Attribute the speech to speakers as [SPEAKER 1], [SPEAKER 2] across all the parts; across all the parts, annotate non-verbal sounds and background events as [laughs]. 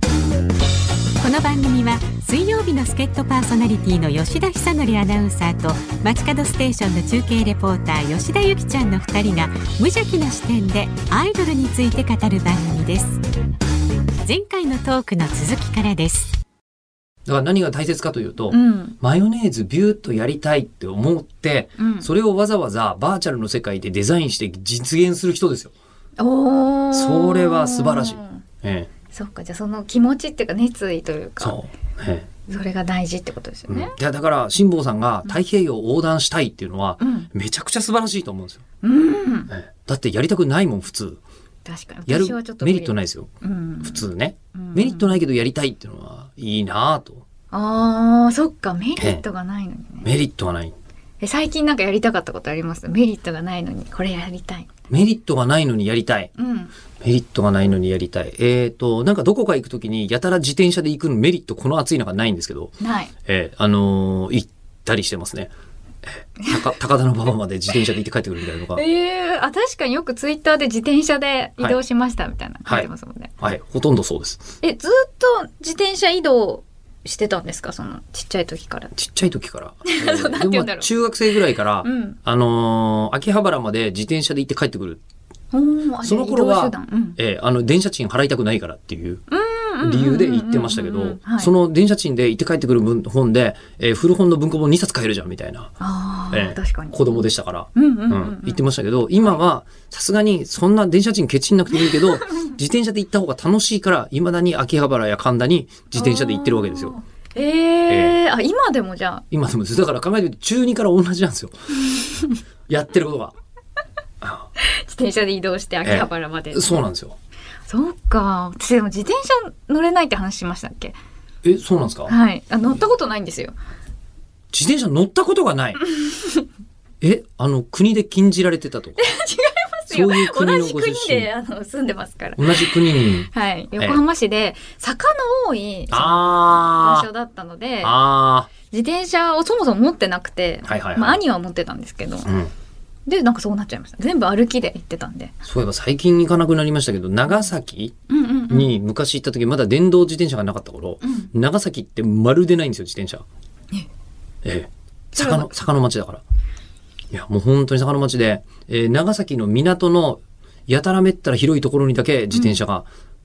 [SPEAKER 1] この番組は水曜日の助っ人パーソナリティの吉田久典アナウンサーと街角ステーションの中継レポーター吉田由紀ちゃんの2人が無邪気な視点でアイドルについて語る番組です前回のトークの続きからです
[SPEAKER 2] だから何が大切かというと、
[SPEAKER 3] うん
[SPEAKER 2] マヨネーズビューッとやりたいって思って、
[SPEAKER 3] うん
[SPEAKER 2] それをわざわざバーチャルの世界でデザインして実現する人ですよ。
[SPEAKER 3] おー
[SPEAKER 2] それは素晴らしいええ、
[SPEAKER 3] そっかじゃあその気持ちっていうか熱意というかそ
[SPEAKER 2] そう。ええ
[SPEAKER 3] れが大事ってことですよ
[SPEAKER 2] うん
[SPEAKER 3] ね。
[SPEAKER 2] いやだから辛坊さんが太平洋横断したいっていうのは、
[SPEAKER 3] うん、
[SPEAKER 2] めちゃくちゃ素晴らしいと思うんですよ。
[SPEAKER 3] うん、
[SPEAKER 2] ええだってやりたくないもん普通。
[SPEAKER 3] 確かに
[SPEAKER 2] やる
[SPEAKER 3] 私はちょっと
[SPEAKER 2] メリットない
[SPEAKER 3] い、
[SPEAKER 2] ですよ
[SPEAKER 3] うん、
[SPEAKER 2] 普通ね。
[SPEAKER 3] うん
[SPEAKER 2] メリットないけどやりたいっていうのはいいなぁと。
[SPEAKER 3] あーそっかメリットがないのにね
[SPEAKER 2] メリットはない。
[SPEAKER 3] え最近なんかやりたかったことありますメリットがないのにこれやりたい
[SPEAKER 2] メリットがないのにやりたい。
[SPEAKER 3] うん
[SPEAKER 2] メリットがないのにやりたい。えっ、と、なんかどこか行くときに、やたら自転車で行くのメリット、この暑い中ないんですけど、
[SPEAKER 3] ない
[SPEAKER 2] えーあのー行ったりしてますね。えー高 [laughs] 高田馬場まで自転車で行って帰ってくるみたいなのが、
[SPEAKER 3] えー、あ確かによくツイッターで自転車で移動しましたみたいな書
[SPEAKER 2] はいい
[SPEAKER 3] てますもんね、
[SPEAKER 2] はい、ほとんどそうです。
[SPEAKER 3] えずっと自転車移動してたんですかそのちっちゃい時から
[SPEAKER 2] ちっちゃい時から。え
[SPEAKER 3] そう [laughs] なんて言うんだろ
[SPEAKER 2] でも
[SPEAKER 3] う
[SPEAKER 2] 中学生ぐらいから、
[SPEAKER 3] うん
[SPEAKER 2] あのー秋葉原まで自転車で行って帰ってくる。
[SPEAKER 3] おーあじゃあ
[SPEAKER 2] その頃は
[SPEAKER 3] 移動手段うん
[SPEAKER 2] えーあの、電車賃払いたくないからっていう。理由で行ってましたけ
[SPEAKER 3] うんうんうんう
[SPEAKER 2] ど
[SPEAKER 3] んはい、
[SPEAKER 2] その電車賃で行って帰ってくる分本で、えー古本の文庫本2冊買えるじゃんみたいな、
[SPEAKER 3] あー
[SPEAKER 2] えー
[SPEAKER 3] 確かに
[SPEAKER 2] 子供でしたから。
[SPEAKER 3] うんうんうん、う
[SPEAKER 2] うん
[SPEAKER 3] ん、
[SPEAKER 2] 言ってましたけど、今はさすがにそんな電車賃ケチんなくてもいいけど、 [laughs] 自転車で行った方が楽しいから、未だに秋葉原や神田に自転車で行ってるわけですよ。
[SPEAKER 3] えー、あ今でもじゃあ
[SPEAKER 2] 今でもですだから考えてみると中2から同じなん
[SPEAKER 3] [laughs]
[SPEAKER 2] ですよ。やってることが。
[SPEAKER 3] 自転車で移動して秋葉原まで、
[SPEAKER 2] そうなんですよ。
[SPEAKER 3] [laughs] そうか私でも自転車乗れないって話しましたっけ
[SPEAKER 2] え、そうなんですか
[SPEAKER 3] はいあ乗ったことないんですよ
[SPEAKER 2] 自転車乗ったことが
[SPEAKER 3] [laughs]
[SPEAKER 2] ない。え、あの、国で禁じられてたとか。そういう国の
[SPEAKER 3] 同
[SPEAKER 2] ご
[SPEAKER 3] じ
[SPEAKER 2] 出
[SPEAKER 3] 国
[SPEAKER 2] 身
[SPEAKER 3] で。あの住んでますから
[SPEAKER 2] 同じ国
[SPEAKER 3] [laughs]
[SPEAKER 2] に。
[SPEAKER 3] はい横浜市で坂の多い場
[SPEAKER 2] あ
[SPEAKER 3] 所
[SPEAKER 2] ー。
[SPEAKER 3] だったので
[SPEAKER 2] あ
[SPEAKER 3] 自転車をそもそも持ってなくて、
[SPEAKER 2] はいはいはい
[SPEAKER 3] まあ、兄は持ってたんですけど
[SPEAKER 2] ー。うん。
[SPEAKER 3] でなんかそうなっちゃいました全部歩きで行ってたんで、
[SPEAKER 2] そういえば最近行かなくなりましたけど、長崎
[SPEAKER 3] うんうんうん、
[SPEAKER 2] に昔行った時まだ電動自転車がなかった頃、
[SPEAKER 3] ん
[SPEAKER 2] 長崎ってまるでないんですよ自転車
[SPEAKER 3] え
[SPEAKER 2] ええ
[SPEAKER 3] それは
[SPEAKER 2] 坂の坂の町だからいやもう本当に坂の町で、えー長崎の港のやたらめったら広いところにだけ自転車が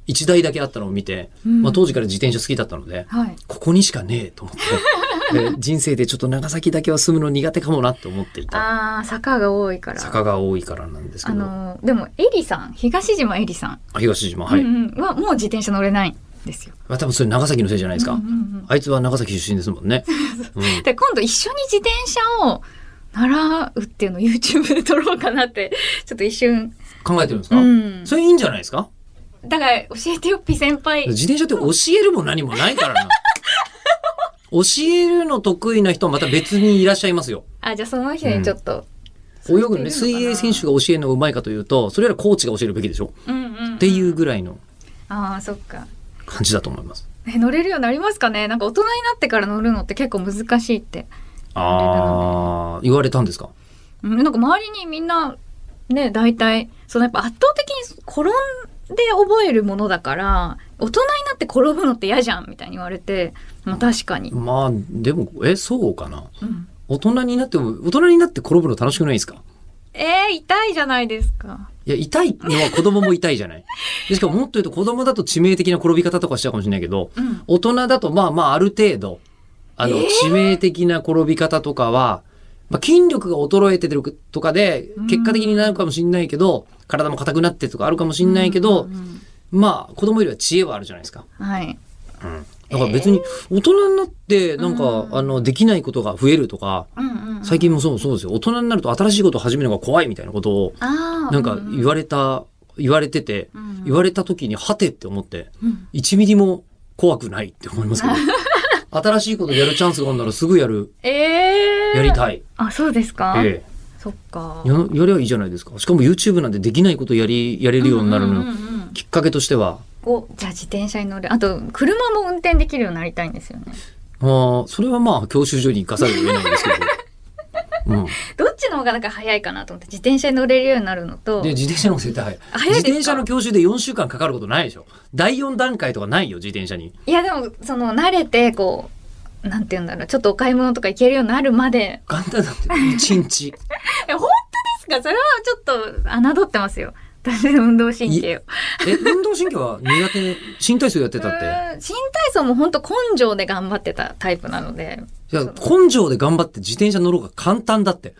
[SPEAKER 2] 1台だけあったのを見て、
[SPEAKER 3] うん
[SPEAKER 2] まあ、当時から自転車好きだったので、
[SPEAKER 3] はい
[SPEAKER 2] ここにしかねえと思って、
[SPEAKER 3] [laughs]
[SPEAKER 2] えー人生でちょっと長崎だけは住むの苦手かもなって思っていた
[SPEAKER 3] あー坂が多いから
[SPEAKER 2] 坂が多いからなんです
[SPEAKER 3] あ
[SPEAKER 2] けど、
[SPEAKER 3] のでもエリさん東島エリさん、
[SPEAKER 2] 東島はい、
[SPEAKER 3] うんうん、はもう自転車乗れないんですよ。
[SPEAKER 2] まあ、多分それ長崎のせいじゃないですか、
[SPEAKER 3] うんうん
[SPEAKER 2] あいつは長崎出身ですもん
[SPEAKER 3] [laughs]
[SPEAKER 2] ね、うん
[SPEAKER 3] うん、で今度一緒に自転車を習うっていうのを YouTube で撮ろうかなってちょっと一瞬、
[SPEAKER 2] 考えてるんです
[SPEAKER 3] う
[SPEAKER 2] か、
[SPEAKER 3] ん、
[SPEAKER 2] それいいんじゃないですか
[SPEAKER 3] だから教えてよっぴ先輩
[SPEAKER 2] 自転車って教えるも何もない
[SPEAKER 3] [laughs]
[SPEAKER 2] からな。教えるの得意な人はまた別にいらっしゃいますよ。
[SPEAKER 3] あじゃあその人にちょっと、
[SPEAKER 2] 泳ぐのね、
[SPEAKER 3] そういう人いるの
[SPEAKER 2] 水
[SPEAKER 3] かな
[SPEAKER 2] 泳選手が教えるのがうまいかというと、それよりコーチが教えるべきでしょ
[SPEAKER 3] うんうんうん
[SPEAKER 2] っていうぐらいの
[SPEAKER 3] あーそっか
[SPEAKER 2] 感じだと思います。
[SPEAKER 3] え乗れるようになりますかねなんか大人になってから乗るのって結構難しいって、
[SPEAKER 2] あー、言われたんですか
[SPEAKER 3] うん、なんか周りにみんなね大体そのやっぱ圧倒的に転んで覚えるものだから大人になって転ぶのって嫌じゃんみたいに言われてまあ確かに、
[SPEAKER 2] まあ、でも、え、そうかな。
[SPEAKER 3] うん、
[SPEAKER 2] 大人になっても、大人になって転ぶの楽しくないですか
[SPEAKER 3] えー、痛いじゃないですか
[SPEAKER 2] いや、痛いのは子供も痛いじゃ
[SPEAKER 3] [laughs]
[SPEAKER 2] ない。でしかももっと言うと子供だと致命的な転び方とかしちゃうかもしれないけど、
[SPEAKER 3] うん
[SPEAKER 2] 大人だとまあまあある程度、あの、
[SPEAKER 3] えー
[SPEAKER 2] 致命的な転び方とかは、まあ、筋力が衰えてるとかで
[SPEAKER 3] うん、
[SPEAKER 2] 結果的になるかもしれないけど、体も硬くなってとかあるかもしれないけど、
[SPEAKER 3] うんうん
[SPEAKER 2] まあ、子供よりは知恵はあるじゃないですか。
[SPEAKER 3] うんはい
[SPEAKER 2] うん。だから別に、大人になって、なんか、
[SPEAKER 3] うん
[SPEAKER 2] あの、できないことが増えるとか、
[SPEAKER 3] うんうんうん
[SPEAKER 2] 最近もそうそうですよ。大人になると新しいことを始めるのが怖いみたいなことを、
[SPEAKER 3] あー
[SPEAKER 2] なんか
[SPEAKER 3] う
[SPEAKER 2] 言われた、言われてて、
[SPEAKER 3] うんうん
[SPEAKER 2] 言われた時に、はてって思って、
[SPEAKER 3] うん
[SPEAKER 2] 1ミリも怖くないって思い
[SPEAKER 3] [laughs]
[SPEAKER 2] ますけど。新しいことやるチャンスがあるならすぐやる、
[SPEAKER 3] えー、
[SPEAKER 2] やり
[SPEAKER 3] い
[SPEAKER 2] たい。
[SPEAKER 3] あそうですか、
[SPEAKER 2] え
[SPEAKER 3] そっか
[SPEAKER 2] え。や、やりゃいいじゃないですか。しかも YouTube なんてできないことやり、やれるようになる
[SPEAKER 3] ん
[SPEAKER 2] の
[SPEAKER 3] んうんうん
[SPEAKER 2] きっかけとしては、
[SPEAKER 3] おじゃあ自転車に乗るあと車も運転できるようになりたいんですよね [laughs]
[SPEAKER 2] あーそれはまあ教習所に行かざるを得ないんですけど。うん、
[SPEAKER 3] どっちの方がなんか早いかなと思って自転車に乗れるようになるのと
[SPEAKER 2] で自転車の方が絶対早い
[SPEAKER 3] 早いですか
[SPEAKER 2] 自転車の教習で4週間かかることないでしょ第4段階とかないよ自転車に
[SPEAKER 3] いやでもその慣れてこうなんて言うんだろうちょっとお買い物とか行けるようになるまで
[SPEAKER 2] 簡単だって1日
[SPEAKER 3] [laughs] え本当ですかそれはちょっと侮ってますよ [laughs] 私の運動神経を
[SPEAKER 2] え運動神経は苦手新体操やってたって
[SPEAKER 3] うーん新体操も本当根性で頑張ってたタイプなので
[SPEAKER 2] いや根性で頑張って自転車乗ろうが簡単だって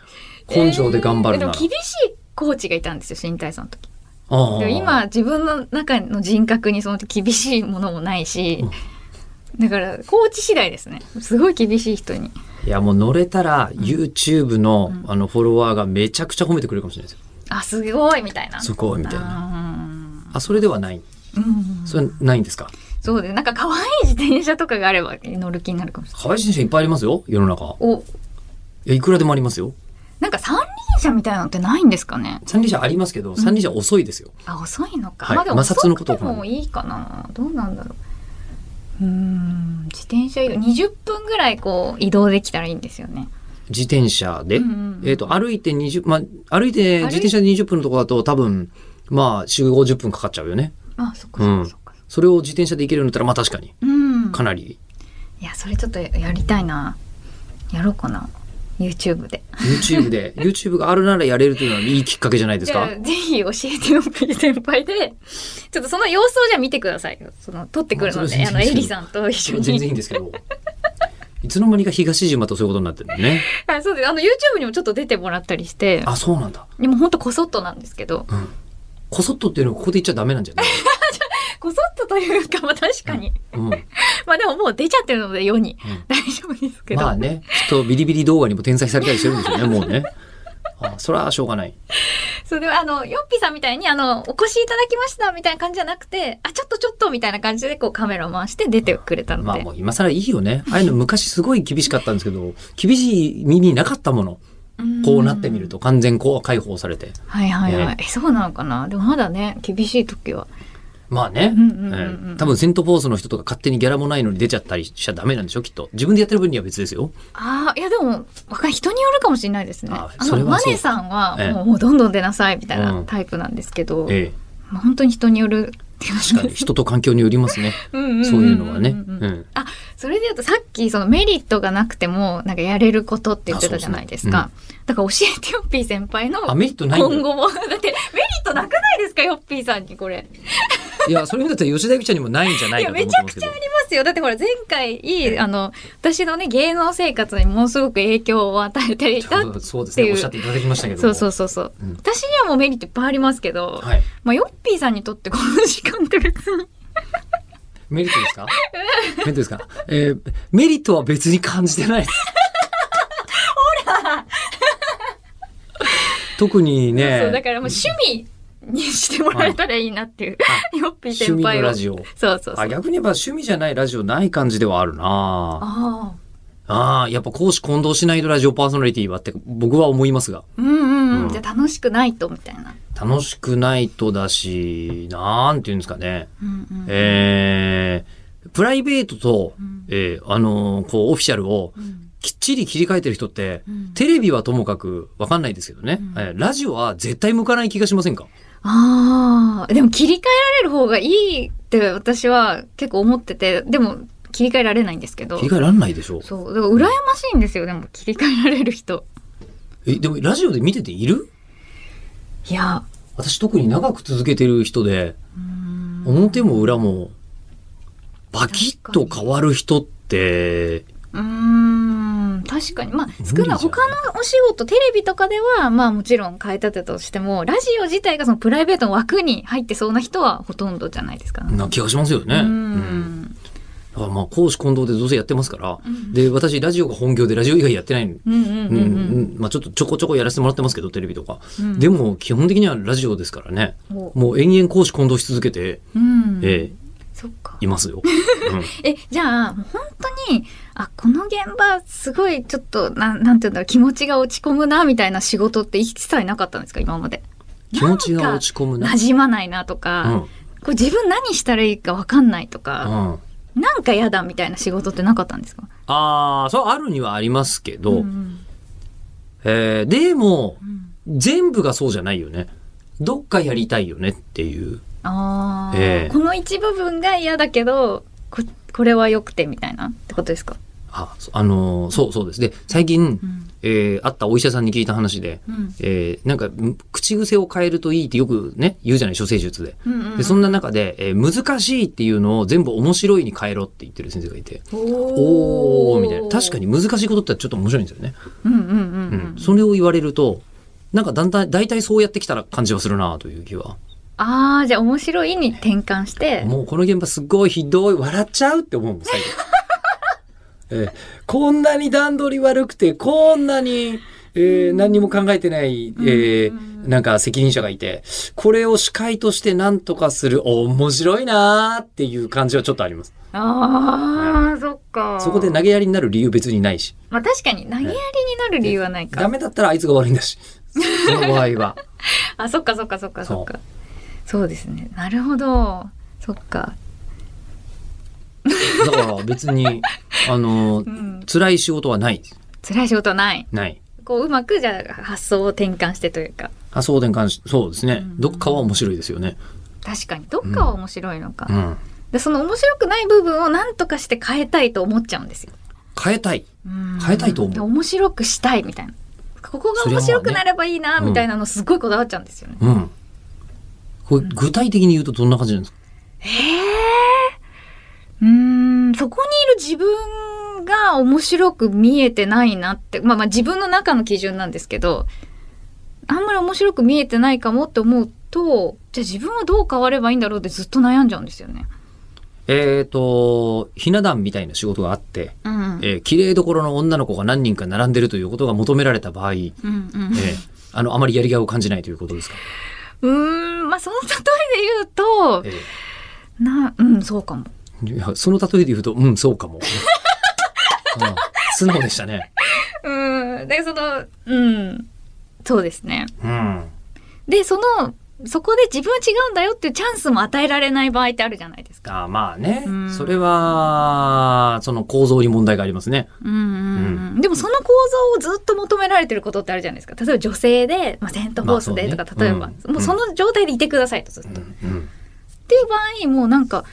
[SPEAKER 2] 根性で頑張る
[SPEAKER 3] え
[SPEAKER 2] な
[SPEAKER 3] ー
[SPEAKER 2] ら、
[SPEAKER 3] でも厳しいコーチがいたんですよ新体操の時
[SPEAKER 2] ああ
[SPEAKER 3] でも今自分の中の人格にその厳しいものもないしだからコーチ次第ですねすごい厳しい人に
[SPEAKER 2] いやもう乗れたら YouTube の,、
[SPEAKER 3] うん
[SPEAKER 2] あのフォロワーがめちゃくちゃ褒めてくれるかもしれないですよ、
[SPEAKER 3] あすごいみたいな
[SPEAKER 2] そこみたいな
[SPEAKER 3] な
[SPEAKER 2] あそれではない
[SPEAKER 3] うん
[SPEAKER 2] それないんですか
[SPEAKER 3] そうでなんか可愛い自転車とかがあれば乗る気になるかもしれない
[SPEAKER 2] 可愛い自転車いっぱいありますよ世の中
[SPEAKER 3] お
[SPEAKER 2] いやいくらでもありますよ
[SPEAKER 3] なんか三輪車みたいなのってないんですかね
[SPEAKER 2] 三輪車ありますけど三輪車遅いですよ、
[SPEAKER 3] あ遅いのか、
[SPEAKER 2] はい
[SPEAKER 3] まあでも
[SPEAKER 2] 摩擦
[SPEAKER 3] 遅
[SPEAKER 2] のこ
[SPEAKER 3] く
[SPEAKER 2] と
[SPEAKER 3] て
[SPEAKER 2] を考える
[SPEAKER 3] もいいかなどうなんだろううーん自転車移動20分ぐらいこう移動できたらいいんですよね
[SPEAKER 2] 自転車で、
[SPEAKER 3] うんうんうん
[SPEAKER 2] えっ、と、歩いて20、まあ、歩いて
[SPEAKER 3] い
[SPEAKER 2] 自転車で20分のとこだと多分、まあ、4、50分かかっちゃうよね。
[SPEAKER 3] あそっかそっかそっか、
[SPEAKER 2] それを自転車で行けるんだったら、まあ確かに、
[SPEAKER 3] うん
[SPEAKER 2] かなり、
[SPEAKER 3] いやそれちょっとやりたいなやろうかな YouTube で
[SPEAKER 2] YouTube で、YouTube があるならやれるというのはいいきっかけじゃないです
[SPEAKER 3] じゃ
[SPEAKER 2] か
[SPEAKER 3] あ。ぜひ教えてよくい先輩でちょっとその様子をじゃあ見てくださいよその撮ってくるの
[SPEAKER 2] あそ
[SPEAKER 3] で
[SPEAKER 2] れ
[SPEAKER 3] あの
[SPEAKER 2] 全然いい
[SPEAKER 3] エ
[SPEAKER 2] です
[SPEAKER 3] リさんと一緒
[SPEAKER 2] 全然いい
[SPEAKER 3] に
[SPEAKER 2] んですけど。いつの間にか東島とそういうことになってるのね。
[SPEAKER 3] あそうですあの YouTube にもちょっと出てもらったりして
[SPEAKER 2] あ、そうなんだ。
[SPEAKER 3] でもほんとこそっとなんです
[SPEAKER 2] [laughs]
[SPEAKER 3] けど
[SPEAKER 2] うん。こそっとっていうのはここで言っちゃダメなんじゃない
[SPEAKER 3] こそっとというかまあ確かに、
[SPEAKER 2] うん。
[SPEAKER 3] まあでももう出ちゃってるので世に、 [laughs] 大丈夫ですけど、
[SPEAKER 2] まあね、きっとビリビリ動画にも転載されたりしてるんでしょうね、もうね。あ、それはしょうがない。
[SPEAKER 3] それであのヨッピーさんみたいにあのお越しいただきましたみたいな感じじゃなくてあちょっとちょっとみたいな感じでこうカメラを回して出てくれたので、
[SPEAKER 2] まあもう今更いいよね。ああいうの昔すごい厳しかったんですけど、厳しい身になかったもの。こうなってみると完全こう解放されて。
[SPEAKER 3] うんはいはいはい、
[SPEAKER 2] ね
[SPEAKER 3] えそうなのかなでもまだね厳しい時は
[SPEAKER 2] まあね。
[SPEAKER 3] うんうんうんうん
[SPEAKER 2] ええ多分セントフォースの人とか勝手にギャラもないのに出ちゃったりしちゃダメなんでしょきっと。自分でやってる分には別ですよ。
[SPEAKER 3] ああいやでもわかん人によるかもしれないですね
[SPEAKER 2] あ
[SPEAKER 3] あ
[SPEAKER 2] それ
[SPEAKER 3] の
[SPEAKER 2] は
[SPEAKER 3] マ
[SPEAKER 2] そう
[SPEAKER 3] ネさんは
[SPEAKER 2] ええ
[SPEAKER 3] もうもうどんどん出なさいみたいな
[SPEAKER 2] うん
[SPEAKER 3] タイプなんですけど、
[SPEAKER 2] ええ。
[SPEAKER 3] まあ本当に人によるっていう
[SPEAKER 2] 確かに人と環境によりますね。
[SPEAKER 3] うんうんんんん
[SPEAKER 2] そういうのはね。うん。
[SPEAKER 3] あそれで言うとさっきそのメリットがなくてもなんかやれることって言ってたじゃないですか
[SPEAKER 2] あ
[SPEAKER 3] だから教えてヨッピー先輩の
[SPEAKER 2] あ、メリットないんだ
[SPEAKER 3] 今後もだってメリットなくないですかヨッピーさんにこれ
[SPEAKER 2] いや、そういう意味だったら吉田由紀ちゃんにもないんじゃないい
[SPEAKER 3] や
[SPEAKER 2] かと思っ
[SPEAKER 3] めち
[SPEAKER 2] て
[SPEAKER 3] ゃ
[SPEAKER 2] ま
[SPEAKER 3] く
[SPEAKER 2] すけ
[SPEAKER 3] ちゃ
[SPEAKER 2] ど
[SPEAKER 3] あ。りますよだってほら前回いいあの私のね芸能生活にものすごく影響を与えていた
[SPEAKER 2] そうそうです
[SPEAKER 3] ってい
[SPEAKER 2] ね。
[SPEAKER 3] う
[SPEAKER 2] おっしゃっていただきましたけども。
[SPEAKER 3] そうそうそうそう、
[SPEAKER 2] うん
[SPEAKER 3] 私にはもうメリットいっぱいありますけど、
[SPEAKER 2] はい。
[SPEAKER 3] まあ、ヨッピーさんにとってこの時間って別に
[SPEAKER 2] メリットですかメリットですかえーメリットは別に感じてないで
[SPEAKER 3] [laughs]
[SPEAKER 2] す。特にね、
[SPEAKER 3] そうだからもう趣味にしてもらえたらいいなっていう、 [laughs] ヨッピー
[SPEAKER 2] 趣
[SPEAKER 3] 先
[SPEAKER 2] 味
[SPEAKER 3] 輩
[SPEAKER 2] の
[SPEAKER 3] を
[SPEAKER 2] ラジオ。
[SPEAKER 3] そうそうそ
[SPEAKER 2] あ
[SPEAKER 3] う
[SPEAKER 2] 逆に言えば趣味じゃないラジオない感じではあるな
[SPEAKER 3] ああ
[SPEAKER 2] ああ、やっぱ講師混同しないとラジオパーソナリティはって僕は思いますが。
[SPEAKER 3] うんうん
[SPEAKER 2] う
[SPEAKER 3] うんんじゃあ楽しくないとみたいな、
[SPEAKER 2] 楽しくないとだし、なんて言うんですかね。
[SPEAKER 3] うんうん
[SPEAKER 2] えー、プライベートと、
[SPEAKER 3] うん
[SPEAKER 2] えーあのーこう、オフィシャルを
[SPEAKER 3] うん
[SPEAKER 2] きっちり切り替えてる人って、
[SPEAKER 3] うん
[SPEAKER 2] テレビはともかくわかんないですけどね、
[SPEAKER 3] うん
[SPEAKER 2] えーラジオは絶対向かない気がしませんか
[SPEAKER 3] ああでも切り替えられる方がいいって私は結構思っててでも切り替えられないんですけど
[SPEAKER 2] 切り替えらんないでしょ
[SPEAKER 3] そうだから羨ましいんですよでも切り替えられる人
[SPEAKER 2] えでもラジオで見てている
[SPEAKER 3] いや
[SPEAKER 2] 私特に長く続けてる人で
[SPEAKER 3] うーん
[SPEAKER 2] 表も裏もバキッと変わる人って
[SPEAKER 3] うーん確かにまあ
[SPEAKER 2] 無理じゃ
[SPEAKER 3] 少
[SPEAKER 2] ない
[SPEAKER 3] ない他のお仕事テレビとかではまあもちろん変えたてたとしてもラジオ自体がそのプライベートの枠に入ってそうな人はほとんどじゃないですか、
[SPEAKER 2] な気がしますよね。
[SPEAKER 3] う
[SPEAKER 2] うん
[SPEAKER 3] ん
[SPEAKER 2] だからまあ講師混同でどうせやってますから、
[SPEAKER 3] ん
[SPEAKER 2] で私ラジオが本業でラジオ以外やってないの
[SPEAKER 3] うんうん
[SPEAKER 2] う
[SPEAKER 3] うんん
[SPEAKER 2] う
[SPEAKER 3] うん
[SPEAKER 2] んまあ、ちょっとちょこちょこやらせてもらってますけどテレビとか、
[SPEAKER 3] うん
[SPEAKER 2] でも基本的にはラジオですからね
[SPEAKER 3] お
[SPEAKER 2] もう延々講師混同し続けて、
[SPEAKER 3] うん
[SPEAKER 2] えー
[SPEAKER 3] そっか
[SPEAKER 2] います
[SPEAKER 3] [laughs]
[SPEAKER 2] よ、うん
[SPEAKER 3] えじゃあもう本当にあこの現場すごいちょっとなんなんていうんだろう気持ちが落ち込むなみたいな仕事って一切なかったんですか今まで
[SPEAKER 2] 気持ちが落ち込むな
[SPEAKER 3] 馴染まないなと
[SPEAKER 2] う
[SPEAKER 3] か、
[SPEAKER 2] ん
[SPEAKER 3] こう自分何したらいいか分かんないとか、
[SPEAKER 2] うん、
[SPEAKER 3] なんか嫌だみたいな仕事ってなかったんですか
[SPEAKER 2] ああそうあるにはありますけど、
[SPEAKER 3] うん
[SPEAKER 2] えーでも、
[SPEAKER 3] ん
[SPEAKER 2] 全部がそうじゃないよね。どっかやりたいよねっていう。
[SPEAKER 3] ああ、
[SPEAKER 2] ええ
[SPEAKER 3] この一部分が嫌だけどここれは良くてみたいなってことですか、
[SPEAKER 2] あ、そあのーそうそうです。で、最近、
[SPEAKER 3] ん
[SPEAKER 2] えー会ったお医者さんに聞いた話で、
[SPEAKER 3] うん
[SPEAKER 2] えーなんか、む口癖を変えるといいってよくね、言うじゃない、処世術で。
[SPEAKER 3] うんうん
[SPEAKER 2] で、そんな中で、えー難しいっていうのを全部面白いに変えろって言ってる先生がいて、おーみたいな。確か
[SPEAKER 3] に、
[SPEAKER 2] に難しいことってちょっと面白いんですよね。
[SPEAKER 3] うんうんうんう
[SPEAKER 2] うんん。それを言われると、なんかだんだん、大体そうやってきたら感じはするなという気は。
[SPEAKER 3] ああじゃあ面白いに転換して
[SPEAKER 2] もうこの現場すごいひどい、笑っちゃうって思うもん、
[SPEAKER 3] [laughs]
[SPEAKER 2] 最後。えーこんなに段取り悪くて、こんなに、えー何にも考えてない、えーなんか責任者がいて、これを司会として何とかする、お面白いなーっていう感じはちょっとあります。
[SPEAKER 3] ああそっか
[SPEAKER 2] そこで投げやりになる理由別にないし、
[SPEAKER 3] まあ確かに投げやりになる理由はない
[SPEAKER 2] ダ
[SPEAKER 3] か
[SPEAKER 2] メだったらあいつが悪いんだ
[SPEAKER 3] [laughs]
[SPEAKER 2] し、その場合は。
[SPEAKER 3] あそっかそっかそっか
[SPEAKER 2] そう
[SPEAKER 3] そっかそうですねなるほどそっか
[SPEAKER 2] だから別に、あの、
[SPEAKER 3] うん
[SPEAKER 2] 辛い仕事はないです。
[SPEAKER 3] 辛い仕事はない
[SPEAKER 2] ない。
[SPEAKER 3] こううまくじゃあ発想を転換してというか
[SPEAKER 2] あ、そうでんかんし、そうですね
[SPEAKER 3] う。ん
[SPEAKER 2] どっかは面白いですよね。
[SPEAKER 3] 確かにどっかは面白いのか、
[SPEAKER 2] うん。
[SPEAKER 3] でその面白くない部分を何とかして変えたいと思っちゃうんですよ。
[SPEAKER 2] 変えたい。
[SPEAKER 3] うん
[SPEAKER 2] 変えたいと思う
[SPEAKER 3] で面白くしたいみたいなここが面白くなればいいな
[SPEAKER 2] それはまあね
[SPEAKER 3] みたいなのすごいこだわっちゃうんですよね。
[SPEAKER 2] うん。これ具体的に言うとどんな感じなんですか、
[SPEAKER 3] へえうーんそこにいる自分が面白く見えてないなってまあまあ自分の中の基準なんですけどあんまり面白く見えてないかもって思うとじゃあ自分はどう変わればいいんだろうってずっと悩んじゃうんですよね。
[SPEAKER 2] えっ、と、ひな壇みたいな仕事があって、
[SPEAKER 3] うんうん
[SPEAKER 2] えー綺麗どころの女の子が何人か並んでるということが求められた場合、え
[SPEAKER 3] うん
[SPEAKER 2] ーあの、あまりやりがいを感じないということですか、
[SPEAKER 3] うん、うーんまあその例えで言うと
[SPEAKER 2] え
[SPEAKER 3] な、うん、そうかも。
[SPEAKER 2] ーいやその例えで言うと、うん、そう [laughs] かも。ああ素直でしたね。
[SPEAKER 3] うん、で、その、うん、そうですね。
[SPEAKER 2] うん。
[SPEAKER 3] で、その、そこで自分は違うんだよっていうチャンスも与えられない場合ってあるじゃないですか。
[SPEAKER 2] ああまあね
[SPEAKER 3] う。ん
[SPEAKER 2] それは、その構造に問題がありますね。
[SPEAKER 3] うんうんうん、でもその構造をずっと求められてることってあるじゃないですか。例えば女性で、まあ、セントフォースでと
[SPEAKER 2] ま
[SPEAKER 3] か、
[SPEAKER 2] あそうね
[SPEAKER 3] 例えば、
[SPEAKER 2] うん
[SPEAKER 3] もうその状態でいてくださいとずっと。
[SPEAKER 2] う
[SPEAKER 3] っ
[SPEAKER 2] ん。
[SPEAKER 3] ていう場合、もうなんか、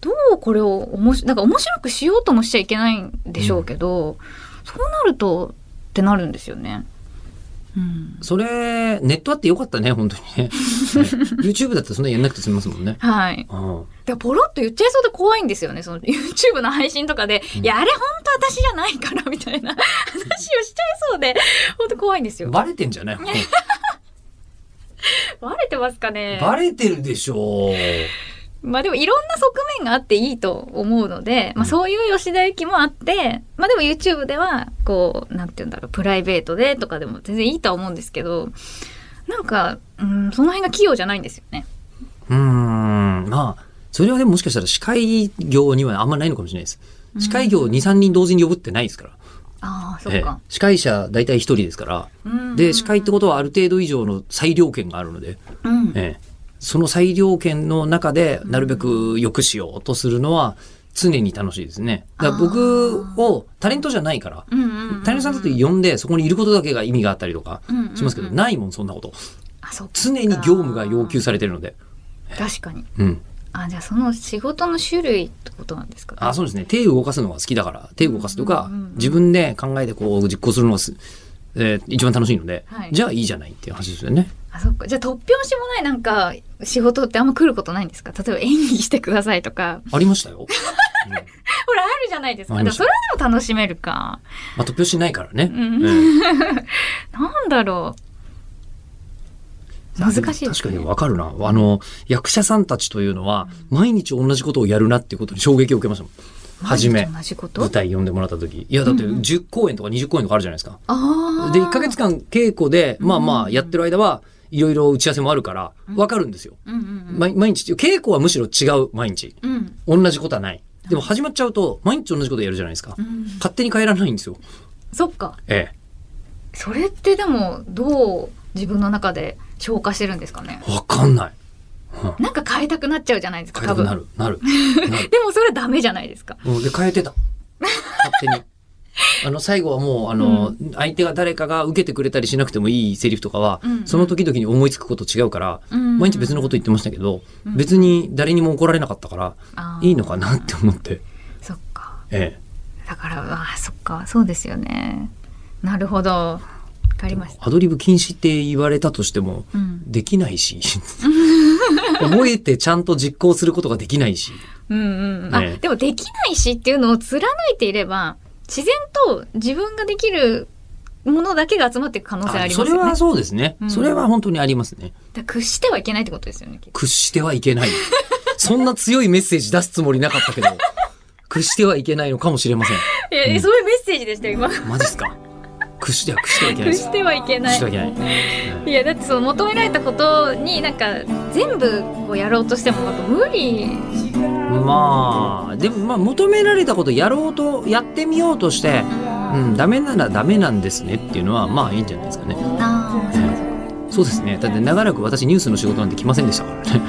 [SPEAKER 3] どうこれをおもし、なんか面白くしようともしちゃいけないんでしょうけど、そうなると、ってなるんですよね。うん。
[SPEAKER 2] それ、ネットあってよかったね、本当に [laughs] ね。ね YouTube だったらそんなやんなくて済みますもんね。
[SPEAKER 3] はい。
[SPEAKER 2] うん。
[SPEAKER 3] でポロッと言っちゃいそうで怖いんですよね。その YouTube の配信とかで、
[SPEAKER 2] うん
[SPEAKER 3] いや、あれ本当私じゃないから、みたいな話をしちゃいそうで、本当怖いんですよ。
[SPEAKER 2] バレてんじゃないもう
[SPEAKER 3] バレてますかね
[SPEAKER 2] [laughs] バレてるでしょう。
[SPEAKER 3] まあでもいろんな側面があっていいと思うので、ま
[SPEAKER 2] う
[SPEAKER 3] あ
[SPEAKER 2] ん
[SPEAKER 3] そういう吉田ゆきもあって、まあでも YouTube では、こう、なんて言うんだろう、プライベートでとかでも全然いいとは思うんですけど、なんか、うん、その辺が器用じゃないんですよね。
[SPEAKER 2] うーん。まあ、それはでももしかしたら司会業にはあんまりないのかもしれないです。司会業2、3人同時に呼ぶってないですから。
[SPEAKER 3] ああ、そ
[SPEAKER 2] え
[SPEAKER 3] っ
[SPEAKER 2] え
[SPEAKER 3] か。
[SPEAKER 2] 司会者大体1人ですから。
[SPEAKER 3] うん
[SPEAKER 2] で、司会ってことはある程度以上の裁量権があるので、
[SPEAKER 3] うん
[SPEAKER 2] ええその裁量権の中でなるべく良くしようとするのは常に楽しいですね。だから僕をタレントじゃないから、
[SPEAKER 3] うんうんうん
[SPEAKER 2] タレントさんだと呼んでそこにいることだけが意味があったりとか
[SPEAKER 3] うんうんうん
[SPEAKER 2] しますけど、ないもんそんなこと。
[SPEAKER 3] あ、そっか。
[SPEAKER 2] 常に業務が要求されてるので。
[SPEAKER 3] 確かに。
[SPEAKER 2] うん。
[SPEAKER 3] あじゃあその仕事の種類ってことなんですか、ね、
[SPEAKER 2] あ、そうですね。手を動かすのが好きだから、手を動かすというか、
[SPEAKER 3] うんうんうん
[SPEAKER 2] 自分で考えてこう実行するのがす、えー一番楽しいので、
[SPEAKER 3] はい
[SPEAKER 2] じゃあいいじゃないっていう話ですよね。
[SPEAKER 3] あそっかじゃあ突拍子もないなんか仕事ってあんま来ることないんですか例えば演技してくださいとか [laughs]
[SPEAKER 2] ありましたよ。うん
[SPEAKER 3] ほらあるじゃないです
[SPEAKER 2] あ
[SPEAKER 3] か
[SPEAKER 2] りま
[SPEAKER 3] でも
[SPEAKER 2] した
[SPEAKER 3] それでも楽しめるか
[SPEAKER 2] まあ、突拍子ないからね。
[SPEAKER 3] うん
[SPEAKER 2] ええ
[SPEAKER 3] なんだろ [laughs] う難しいですね
[SPEAKER 2] 確かにわかるな。あの、役者さんたちというのは、毎日同じことをやるなっていうことに衝撃を受けましたもん。初め
[SPEAKER 3] 毎日、同じこと
[SPEAKER 2] 舞台呼んでもらった時。いや、だって
[SPEAKER 3] うんうん
[SPEAKER 2] 10公演とか20公演とかあるじゃないですか。
[SPEAKER 3] あ
[SPEAKER 2] で、1ヶ月間稽古で、まあまあ、やってる間は、いろいろ打ち合わせもあるから、わかるんですよ。
[SPEAKER 3] 間うんうん
[SPEAKER 2] 毎毎日、稽古はむしろ違う、毎日。
[SPEAKER 3] うんうん
[SPEAKER 2] 同じことはない。でも始まっちゃうと、毎日同じことやるじゃないですか
[SPEAKER 3] う。ん
[SPEAKER 2] 勝手に変えられないんですよ。
[SPEAKER 3] そっか
[SPEAKER 2] え
[SPEAKER 3] それってでもどう自分の中で消化してるんですかね
[SPEAKER 2] え。わかんない。
[SPEAKER 3] なんか変えたくなっちゃうじゃないですか
[SPEAKER 2] 変えた
[SPEAKER 3] 多
[SPEAKER 2] く
[SPEAKER 3] 分
[SPEAKER 2] なる。なる。なる。
[SPEAKER 3] でもそれはダメじゃないですか [laughs]
[SPEAKER 2] うんで、変えてた。勝手に。あの最後はもうあの、相手が誰かが受けてくれたりしなくてもいいセリフとかは、
[SPEAKER 3] うん
[SPEAKER 2] その時々に思いつくこと違うから、
[SPEAKER 3] うん
[SPEAKER 2] 毎日別のこと言ってましたけど、
[SPEAKER 3] うん
[SPEAKER 2] 別に誰にも怒られなかったから、
[SPEAKER 3] あー
[SPEAKER 2] いいのかなって思って、
[SPEAKER 3] そっか
[SPEAKER 2] え
[SPEAKER 3] だからあーそっかそうですよねなるほどわかりまし
[SPEAKER 2] え、
[SPEAKER 3] た
[SPEAKER 2] アドリブ禁止って言われたとしても
[SPEAKER 3] うん、
[SPEAKER 2] できないし覚えてちゃんと実行することができないし、
[SPEAKER 3] うんうんうんあ
[SPEAKER 2] ね
[SPEAKER 3] でもできないしっていうのを貫いていれば自然と自分ができるものだけが集まっていく可能性あ
[SPEAKER 2] あ
[SPEAKER 3] り
[SPEAKER 2] そ
[SPEAKER 3] ます
[SPEAKER 2] れ
[SPEAKER 3] よね
[SPEAKER 2] はそうですね、
[SPEAKER 3] うん
[SPEAKER 2] それは本当にありますね
[SPEAKER 3] だから屈してはいけないってことですよねきっと
[SPEAKER 2] 屈してはいけないそんな強いメッセージ出すつもりなかったけど屈してはいけないのかもしれません
[SPEAKER 3] いや、
[SPEAKER 2] うん
[SPEAKER 3] そういうメッセージでしたよ今
[SPEAKER 2] マジっすか屈しては屈してはいけないです
[SPEAKER 3] 屈してはい
[SPEAKER 2] 屈
[SPEAKER 3] けな
[SPEAKER 2] し
[SPEAKER 3] い
[SPEAKER 2] てはいけない、
[SPEAKER 3] いやだってその求められたことになんか全部こうやろうとしてもなんか無理
[SPEAKER 2] まあでもまあ求められたことやろうとやってみようとして、うん、ダメならダメなんですねっていうのはまあいいんじゃないですかね
[SPEAKER 3] あー
[SPEAKER 2] そうですねだって長らく私ニュースの仕事なんて来ませんでしたからね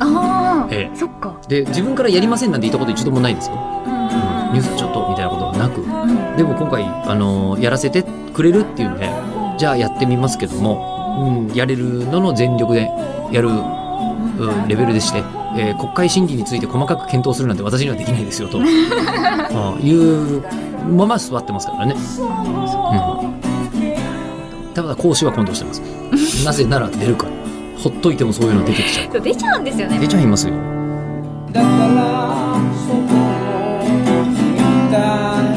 [SPEAKER 3] あー
[SPEAKER 2] ええ
[SPEAKER 3] そっか、
[SPEAKER 2] で自分からやりませんなんて言ったこと一度もないですよ、
[SPEAKER 3] うん
[SPEAKER 2] うん、ニュースちょっとみたいなことはなく
[SPEAKER 3] うん
[SPEAKER 2] でも今回、あのやらせてくれるっていうんでじゃあやってみますけども、うん、やれるのの全力でやる、うんレベルでして、えー国会審議について細かく検討するなんて私にはできないですよ [laughs] とあいうまま座ってますからね、うん、ただ講師は混同してます [laughs] なぜなら出るからほっといてもそういうの出てきちゃう
[SPEAKER 3] そう出ちゃうんですよね
[SPEAKER 2] 出ちゃいますよ
[SPEAKER 4] だからそこを君たいの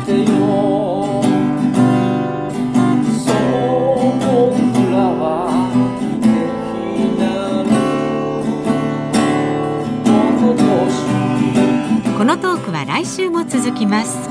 [SPEAKER 4] ってよそう僕らはできないものとし
[SPEAKER 1] このトークは来週も続きます